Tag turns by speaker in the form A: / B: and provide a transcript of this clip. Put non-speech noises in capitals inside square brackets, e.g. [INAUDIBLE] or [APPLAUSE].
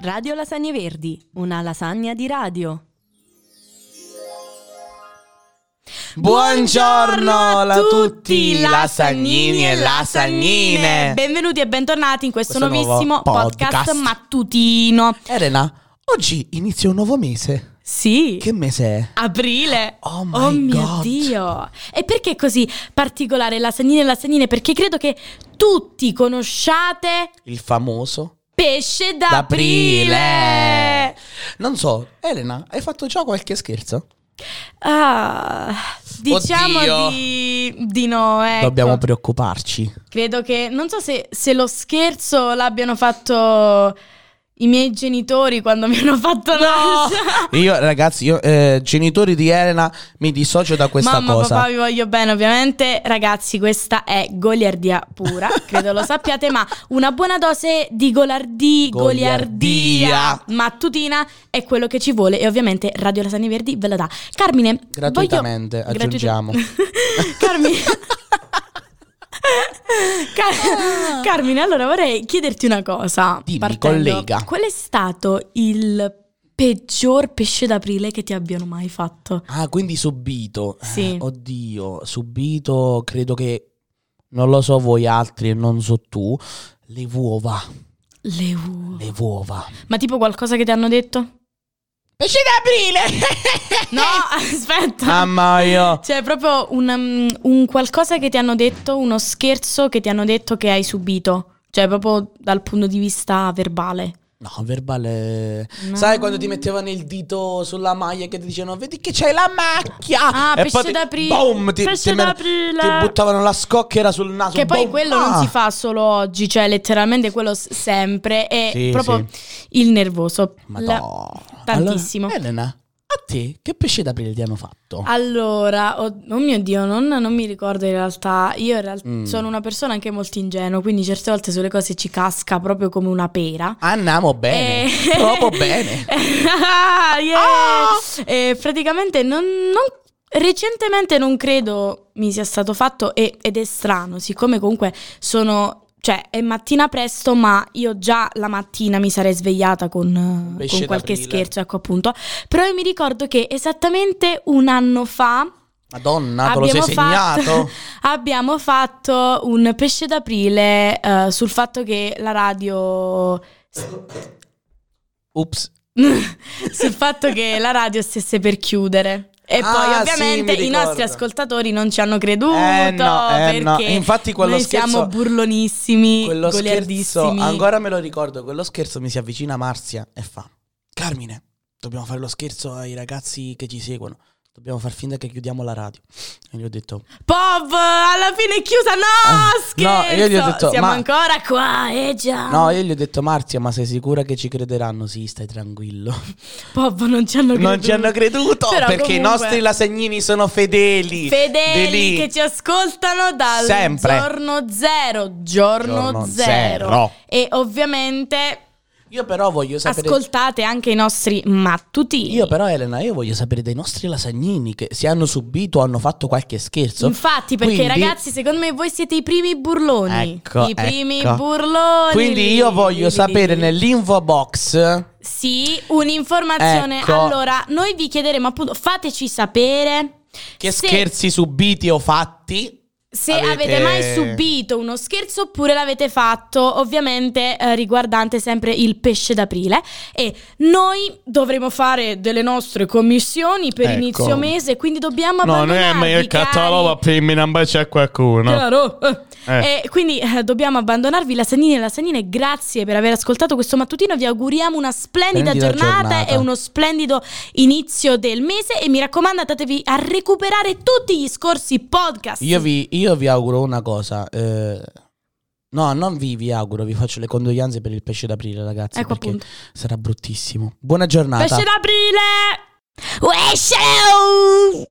A: Radio Lasagne Verdi, una lasagna di radio.
B: Buongiorno a tutti, lasagnini
A: lasagnini
B: e lasagnine.
A: Benvenuti e bentornati in questo,
B: Questo nuovo
A: nuovissimo podcast.
B: podcast.
A: mattutino.
B: Elena, oggi inizia un nuovo mese.
A: Sì.
B: Che mese è?
A: Aprile!
B: Oh my
A: mio
B: God.
A: Dio! E perché è così particolare lasagnine e lasagnine? Perché credo che tutti conosciate
B: Il famoso
A: pesce d'aprile!
B: d'aprile. Non so, Elena, hai fatto già qualche scherzo?
A: Ah, diciamo
B: Oddio.
A: di, di no, ecco.
B: Dobbiamo preoccuparci.
A: Credo che, non so se, se lo scherzo l'abbiano fatto i miei genitori quando mi hanno fatto nascere.
B: Io, ragazzi, io, eh, genitori di Elena, mi dissocio da [LAUGHS] questa
A: Mamma,
B: cosa.
A: papà, vi voglio bene, ovviamente. Ragazzi, questa è goliardia
B: [LAUGHS]
A: pura, credo lo sappiate, ma una buona dose di golardi, goliardia,
B: Goliardia.
A: mattutina è quello che ci vuole e ovviamente Radio Lasagne Verdi ve la dà. Carmine,
B: Gratuitamente,
A: voglio- [LAUGHS]
B: aggiungiamo.
A: Gratuito- Carmine...
B: [LAUGHS]
A: Car- Carmine, allora vorrei chiederti una cosa.
B: Ah. Dimmi,
A: partendo.
B: collega.
A: Qual è stato il peggior pesce d'aprile che ti abbiano mai fatto?
B: Ah, quindi subito.
A: Sì.
B: Oddio, subito credo che non lo so voi altri e non so tu. Le uova,
A: Le uova.
B: le uova.
A: Ma tipo qualcosa che ti hanno detto?
B: Pesce d'aprile!
A: [LAUGHS] No, [LAUGHS] aspetta.
B: Eh. Mamma mia.
A: Cioè, proprio un, um, un qualcosa che ti hanno detto, uno scherzo che ti hanno detto che hai subito. Cioè, proprio dal punto di vista verbale.
B: No, verbale.
A: No.
B: Sai quando ti mettevano il dito sulla maglia che ti dicevano vedi che c'hai la macchia?
A: Ah,
B: E
A: pesce
B: poi ti-
A: d'aprile.
B: boom, ti,
A: Pesce
B: ti men-
A: d'aprile.
B: ti buttavano la scocchera sul naso.
A: Che poi
B: boom,
A: quello
B: ah.
A: non si fa solo oggi, cioè letteralmente quello s- sempre è
B: Sì,
A: proprio il nervoso.
B: Madonna.
A: La- tantissimo. Ah.
B: Allora, Elena, a te che pesce d'aprile ti hanno fatto?
A: Allora, oh, oh mio Dio, non, non mi ricordo in realtà. Io in realtà
B: Mm.
A: sono una persona anche molto ingenua, quindi certe volte sulle cose ci casca proprio come una pera.
B: Andiamo bene,
A: Eh.
B: proprio
A: [LAUGHS]
B: bene.
A: Ah, yeah.
B: Ah!
A: Eh, praticamente non, non- recentemente non credo mi sia stato fatto e- ed è strano, siccome comunque sono... Cioè, è mattina presto, ma io già la mattina mi sarei svegliata con, eh,
B: Pesce
A: con qualche
B: d'aprile.
A: scherzo, ecco appunto. Però io mi ricordo che esattamente un anno fa
B: Madonna, te lo sei
A: Abbiamo
B: segnato.
A: abbiamo fatto un pesce d'aprile eh, sul fatto che la radio [LAUGHS]
B: Ups.
A: sul fatto che la radio stesse per chiudere. E
B: Ah,
A: poi
B: sì,
A: ovviamente
B: mi
A: i
B: ricordo.
A: nostri ascoltatori non ci hanno creduto
B: Eh no, eh
A: perché
B: no. Infatti quello
A: noi
B: scherzo-
A: siamo burlonissimi,
B: Quello scherzo,
A: goliardissimi.
B: ancora me lo ricordo, quello scherzo mi si avvicina Marzia e fa Carmine, dobbiamo fare lo scherzo ai ragazzi che ci seguono. Dobbiamo far finta che chiudiamo la radio. E gli ho detto,
A: Pov, alla fine è chiusa,
B: Ah,
A: no, scherzo!
B: no, io gli ho detto,
A: siamo
B: ma-
A: ancora qua, eh già.
B: no, io gli ho detto Marzia, ma sei sicura che ci crederanno? Sì, stai tranquillo.
A: Pov, non ci hanno creduto.
B: [LAUGHS] Non ci hanno creduto
A: Però
B: perché i
A: comunque-
B: nostri lasagnini sono fedeli.
A: Fedeli
B: Delì.
A: che ci ascoltano dal
B: Sempre.
A: giorno zero, giorno,
B: Giorno
A: zero.
B: zero.
A: E ovviamente
B: Io però voglio sapere
A: ascoltate anche i nostri mattutini.
B: Cioè, Io però Elena, io voglio sapere dai nostri lasagnini che se hanno subito o hanno fatto qualche scherzo.
A: Infatti, perché
B: Quindi-
A: ragazzi, secondo me voi siete i primi burloni.
B: Ecco,
A: I primi
B: ecco.
A: burloni.
B: Quindi io voglio sapere
A: nel
B: nell'info box
A: Sì, un'informazione.
B: Ecco.
A: Allora, noi vi chiederemo appunto, fateci sapere
B: che
A: se-
B: scherzi subiti o fatti.
A: Se avete...
B: avete-
A: mai subito uno scherzo oppure l'avete fatto, ovviamente eh, riguardante sempre il pesce d'aprile. E noi dovremo fare delle nostre commissioni per
B: Ecco.
A: inizio mese, quindi dobbiamo abbandonarvi. cari.
B: prima in c'è qualcuno.
A: Chiaro? Eh.
B: Eh.
A: E quindi eh, dobbiamo abbandonarvi lasagnine e lasagnine. Grazie per aver ascoltato questo mattutino. Vi auguriamo una splendida
B: Splendida
A: giornata,
B: giornata.
A: e uno splendido inizio del mese. E mi raccomando, andatevi a recuperare tutti gli scorsi podcast.
B: Io vi, io vi auguro una cosa. eh, no, non vi, vi auguro, vi faccio le condoglianze per il pesce d'aprile, ragazzi.
A: Ecco
B: perché
A: appunto.
B: sarà bruttissimo. Buona giornata.
A: Pesce d'aprile! Uè, ciao!